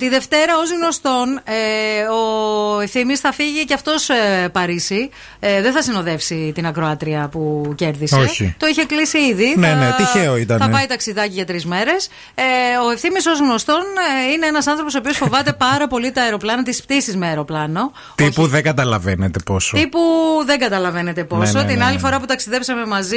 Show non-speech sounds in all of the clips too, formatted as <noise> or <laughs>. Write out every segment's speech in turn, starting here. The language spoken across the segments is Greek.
Τη Δευτέρα, ως γνωστόν, ε, ο Ευθύμης θα φύγει και αυτός ε, Παρίσι. Ε, δεν θα συνοδεύσει την ακροάτρια που κέρδισε. Όχι. Το είχε κλείσει ήδη. Ναι, θα, ναι, τυχαίο ήταν. Θα πάει ταξιδάκι για τρεις μέρες. Ε, ο Ευθύμης, ως γνωστόν, ε, είναι ένας άνθρωπος ο οποίος <laughs> φοβάται πάρα πολύ τα αεροπλάνα, τις πτήσεις με αεροπλάνο. Τύπου δεν καταλαβαίνετε πόσο. Τύπου δεν καταλαβαίνετε πόσο. Ναι, ναι, Την ναι, άλλη ναι. φορά που ταξιδέψαμε μαζί,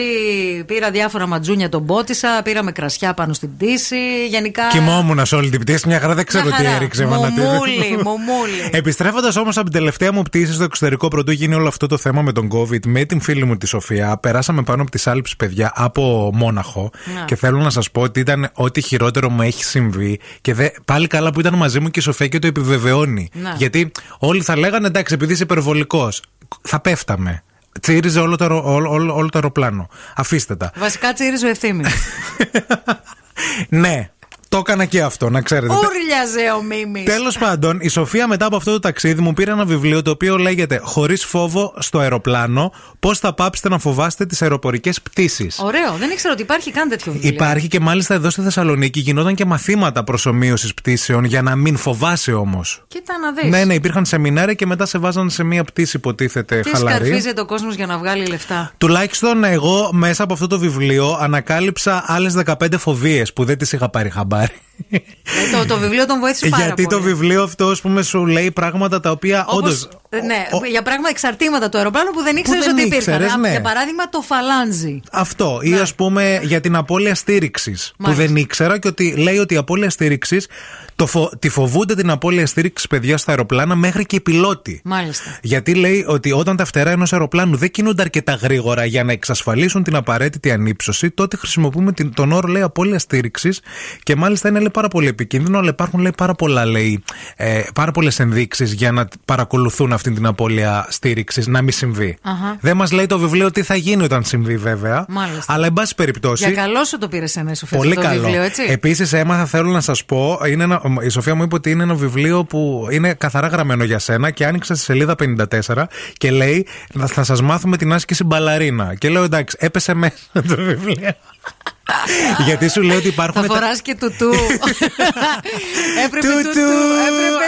πήρα διάφορα ματζούνια τον πότισα, πήραμε κρασιά πάνω στην πτήση. Γενικά. Κοιμόμουν σε όλη την πτήση, μια χαρά δεν ξέρω Μια τι χαρά. έριξε μανατίδη. Μουμούλη, <laughs> μουμούλη. Επιστρέφοντας όμως από την τελευταία μου πτήση στο εξωτερικό, πρωτού γίνει όλο αυτό το θέμα με τον COVID, με την φίλη μου τη Σοφία, περάσαμε πάνω από τις άλψει παιδιά από Μόναχο. Να. Και θέλω να σας πω ότι ήταν ό,τι χειρότερο μου έχει συμβεί. Και δε, πάλι καλά που ήταν μαζί μου και η Σοφία και το επιβεβαιώνει. Να. Γιατί όλοι θα λέγανε εντάξει, επειδή είσαι υπερβολικός, θα πέφταμε. Τσίριζε όλο το, αερο- όλο, όλο, όλο το αεροπλάνο. Αφήστε τα. Βασικά τσίριζε ο <laughs> ευθύμης. ναι, το έκανα και αυτό, να ξέρετε. Ούρλιαζε ο Μίμης. Τέλος πάντων, η Σοφία μετά από αυτό το ταξίδι μου πήρε ένα βιβλίο το οποίο λέγεται Χωρίς φόβο στο αεροπλάνο, πώς θα πάψετε να φοβάστε τις αεροπορικές πτήσεις. Ωραίο, δεν ήξερα ότι υπάρχει καν τέτοιο βιβλίο. Υπάρχει και μάλιστα εδώ στη Θεσσαλονίκη γινόταν και μαθήματα προσωμείωσης πτήσεων για να μην φοβάσαι όμως. Κοίτα να δεις. Ναι, ναι, υπήρχαν σεμινάρια και μετά σε βάζαν σε μία πτήση, υποτίθεται Τι χαλαρή. σκαρφίζεται ο κόσμος για να βγάλει λεφτά. Τουλάχιστον εγώ μέσα από αυτό το βιβλίο ανακάλυψα άλλες 15 φοβίες που δεν τις είχα πάρει χαμπάρι. Ε, το, το βιβλίο τον βοήθησε πάρα Γιατί πολύ. το βιβλίο αυτό, ας πούμε, σου λέει πράγματα τα οποία όντω. Όπως, ναι, για πράγμα εξαρτήματα του αεροπλάνου που δεν ήξερες δεν ότι υπήρχαν. ήξερες, Α, ναι. Για παράδειγμα, το φαλάνζι. Αυτό. Ή ας πούμε για την απώλεια στήριξης. Που Ναι. Μάλιστα. δεν ήξερα και ότι λέει ότι η απώλεια στήριξης. Φο... Τη φοβούνται την απώλεια στήριξης παιδιά στα αεροπλάνα μέχρι και οι πιλότοι. Μάλιστα. Γιατί λέει ότι όταν τα φτερά ενός αεροπλάνου δεν κινούνται αρκετά γρήγορα για να εξασφαλίσουν την απαραίτητη ανύψωση, τότε χρησιμοποιούμε την- τον όρο λέει απώλεια στήριξης και μάλιστα είναι λέει, πάρα πολύ επικίνδυνο, αλλά υπάρχουν λέει, πάρα, πολλά, λέει, ε, πάρα πολλές ενδείξεις για να παρακολουθούν αυτή την απώλεια στήριξης να μην συμβεί. Αχα. Δεν μας λέει το βιβλίο τι θα γίνει όταν συμβεί, βέβαια. Μάλιστα. Αλλά εν πάση περιπτώσει. Για καλό σου το πήρες ένα σου Πολύ το καλό. Ε, βιβλίο, έτσι. Επίσης, έμαθα, θέλω να σας πω, είναι ένα, η Σοφία μου είπε ότι είναι ένα βιβλίο που είναι καθαρά γραμμένο για σένα και άνοιξα στη σελίδα 54 και λέει «Να- Θα σας μάθουμε την άσκηση μπαλαρίνα. Και λέω εντάξει, έπεσε μέσα το <laughs> βιβλίο. Γιατί σου λέει ότι Θα υπάρχουν. τα- φοράς και <laughs> τουτού. <laughs> έπρεπε Τουτού. τουτού.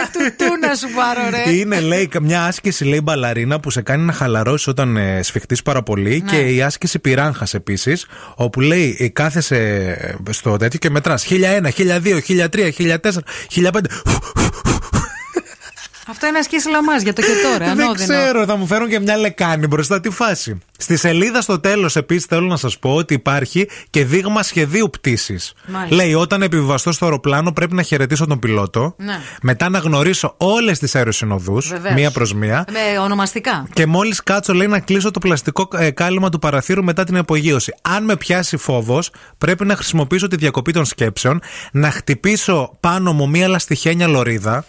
Έπρεπε τουτού να σου πάρω, ρε. Είναι, λέει, μια άσκηση, λέει, μπαλαρίνα που σε κάνει να χαλαρώσεις όταν ε, σφιχτείς πάρα πολύ. Ναι. Και η άσκηση πυράγχα επίσης, όπου λέει, ε, κάθεσαι ε, στο τέτοιο και μετράς 1001, 1002, 1003, 1004, 1005. Αυτό είναι ασκήση λαμάς για το και τώρα. Ε, Δεν ε, ανώδυνο. ξέρω, θα μου φέρουν και μια λεκάνη μπροστά τη φάση. Στη σελίδα στο τέλος, επίσης, θέλω να σας πω ότι υπάρχει και δείγμα σχεδίου πτήσης. Μάλιστα. Λέει, όταν επιβιβαστώ στο αεροπλάνο, πρέπει να χαιρετήσω τον πιλότο. Ναι. Μετά να γνωρίσω όλες τις αεροσυνοδούς, Βεβαίως. μία προς μία. Με Ε, ονομαστικά. Και μόλις κάτσω, λέει, να κλείσω το πλαστικό ε, κάλυμα του παραθύρου μετά την απογείωση. Αν με πιάσει φόβος, πρέπει να χρησιμοποιήσω τη διακοπή των σκέψεων, να χτυπήσω πάνω μου μία λαστιχένια λωρίδα. <laughs>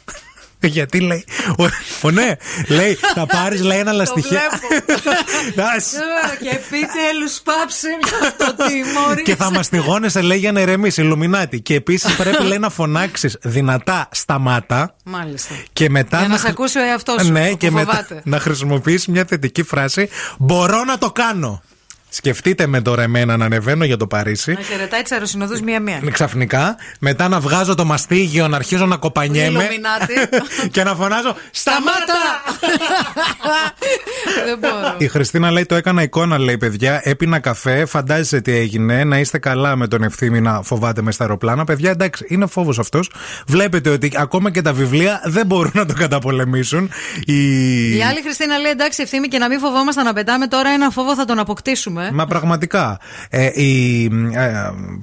Γιατί λέει. Ο, ο, ναι, λέει, θα πάρει, λέει, ένα λαστιχέ. <laughs> Να σ- Ε, Και επιτέλου πάψε με αυτό το τιμόρι. και θα μαστιγώνεσαι, λέει, για να ηρεμήσει, Λουμινάτη. Και επίσης πρέπει, λέει, να φωνάξεις δυνατά σταμάτα. Μάλιστα. Και μετά Για να σε χρη- ακούσει ο εαυτός σου, Ναι, που και μετά φοβάται. να χρησιμοποιήσεις μια θετική φράση. Μπορώ να το κάνω. Σκεφτείτε με τώρα εμένα να ανεβαίνω για το Παρίσι. Να χαιρετάει τι αεροσυνοδού μία-μία. Ξαφνικά, μετά να βγάζω το μαστίγιο, να αρχίζω να κοπανιέμαι. Λιλουμινάτη. <laughs> και να φωνάζω Σταμάτα! Δεν μπορώ. Η Χριστίνα λέει: Το έκανα εικόνα, λέει παιδιά. Έπεινα καφέ, φαντάζεσαι τι έγινε. Να είστε καλά με τον ευθύμη να φοβάται μες στα αεροπλάνα. Παιδιά, εντάξει, είναι φόβος αυτός. Βλέπετε ότι ακόμα και τα βιβλία δεν μπορούν να το καταπολεμήσουν. Η... Η άλλη Χριστίνα λέει: Εντάξει, ευθύμη και να μην φοβόμαστε να πετάμε τώρα ένα φόβο θα τον αποκτήσουμε. Μα πραγματικά. Ε, η, ε,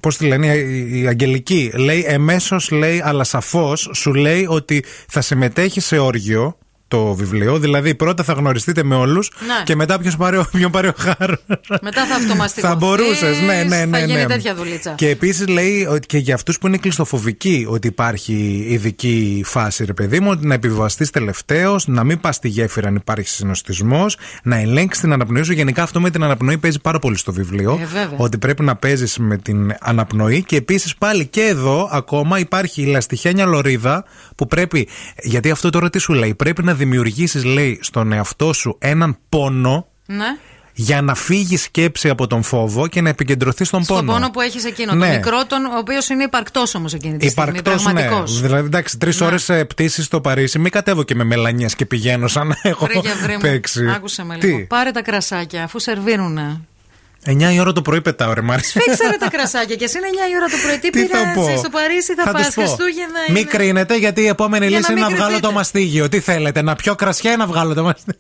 πώς τη λένε, η, η Αγγελική λέει εμέσως λέει, αλλά σαφώς σου λέει ότι θα συμμετέχει σε όργιο το βιβλίο. Δηλαδή πρώτα θα γνωριστείτε με όλους Ναι. και μετά ποιος πάρει, ο- <laughs> ποιον πάρει ο χάρος. Μετά θα αυτομαστικωθείς, Θα μπορούσες, ναι, ναι, ναι. θα γίνει ναι. τέτοια δουλίτσα. Και επίσης λέει ότι και για αυτούς που είναι κλειστοφοβικοί ότι υπάρχει ειδική φάση, ρε παιδί μου, ότι να επιβιβαστείς τελευταίος, να μην πας στη γέφυρα αν υπάρχει συνοστισμός, να ελέγξεις την αναπνοή σου. Γενικά αυτό με την αναπνοή παίζει πάρα πολύ στο βιβλίο. Ε, βέβαια. ότι πρέπει να παίζεις με την αναπνοή και επίσης πάλι και εδώ ακόμα υπάρχει η λαστιχένια λωρίδα που πρέπει, γιατί αυτό τώρα τι σου λέει, πρέπει να δημιουργήσεις λέει στον εαυτό σου έναν πόνο Ναι. για να φύγει η σκέψη από τον φόβο και να επικεντρωθείς στον Στον πόνο. πόνο που έχεις εκείνο. Ναι. Τον μικρό, τον ο οποίος είναι υπαρκτός όμως εκείνη τη στιγμή. Υπαρκτός, ναι. Πραγματικός. Δηλαδή, εντάξει, τρεις Ναι. ώρες πτήση στο Παρίσι. Μην κατέβω και με μελανιές και πηγαίνω σαν να έχω Βρε και βρε μου. παίξει. Άκουσε με λίγο. Τι, Πάρε τα κρασάκια αφού σερβίρουνε. 9 η ώρα το πρωί πετάω, ρε Μάρι. Φίξαρε τα κρασάκια και εσύ είναι 9 η ώρα το πρωί. Τι, Τι θα πειράζει, πω. στο Παρίσι θα, πας τους πω. Χριστούγεννα. Μην είναι. κρίνετε, γιατί η επόμενη Για να λύση μην είναι να βγάλω κρυφτείτε. το μαστίγιο. Τι θέλετε, να πιω κρασιά ή να βγάλω το μαστίγιο.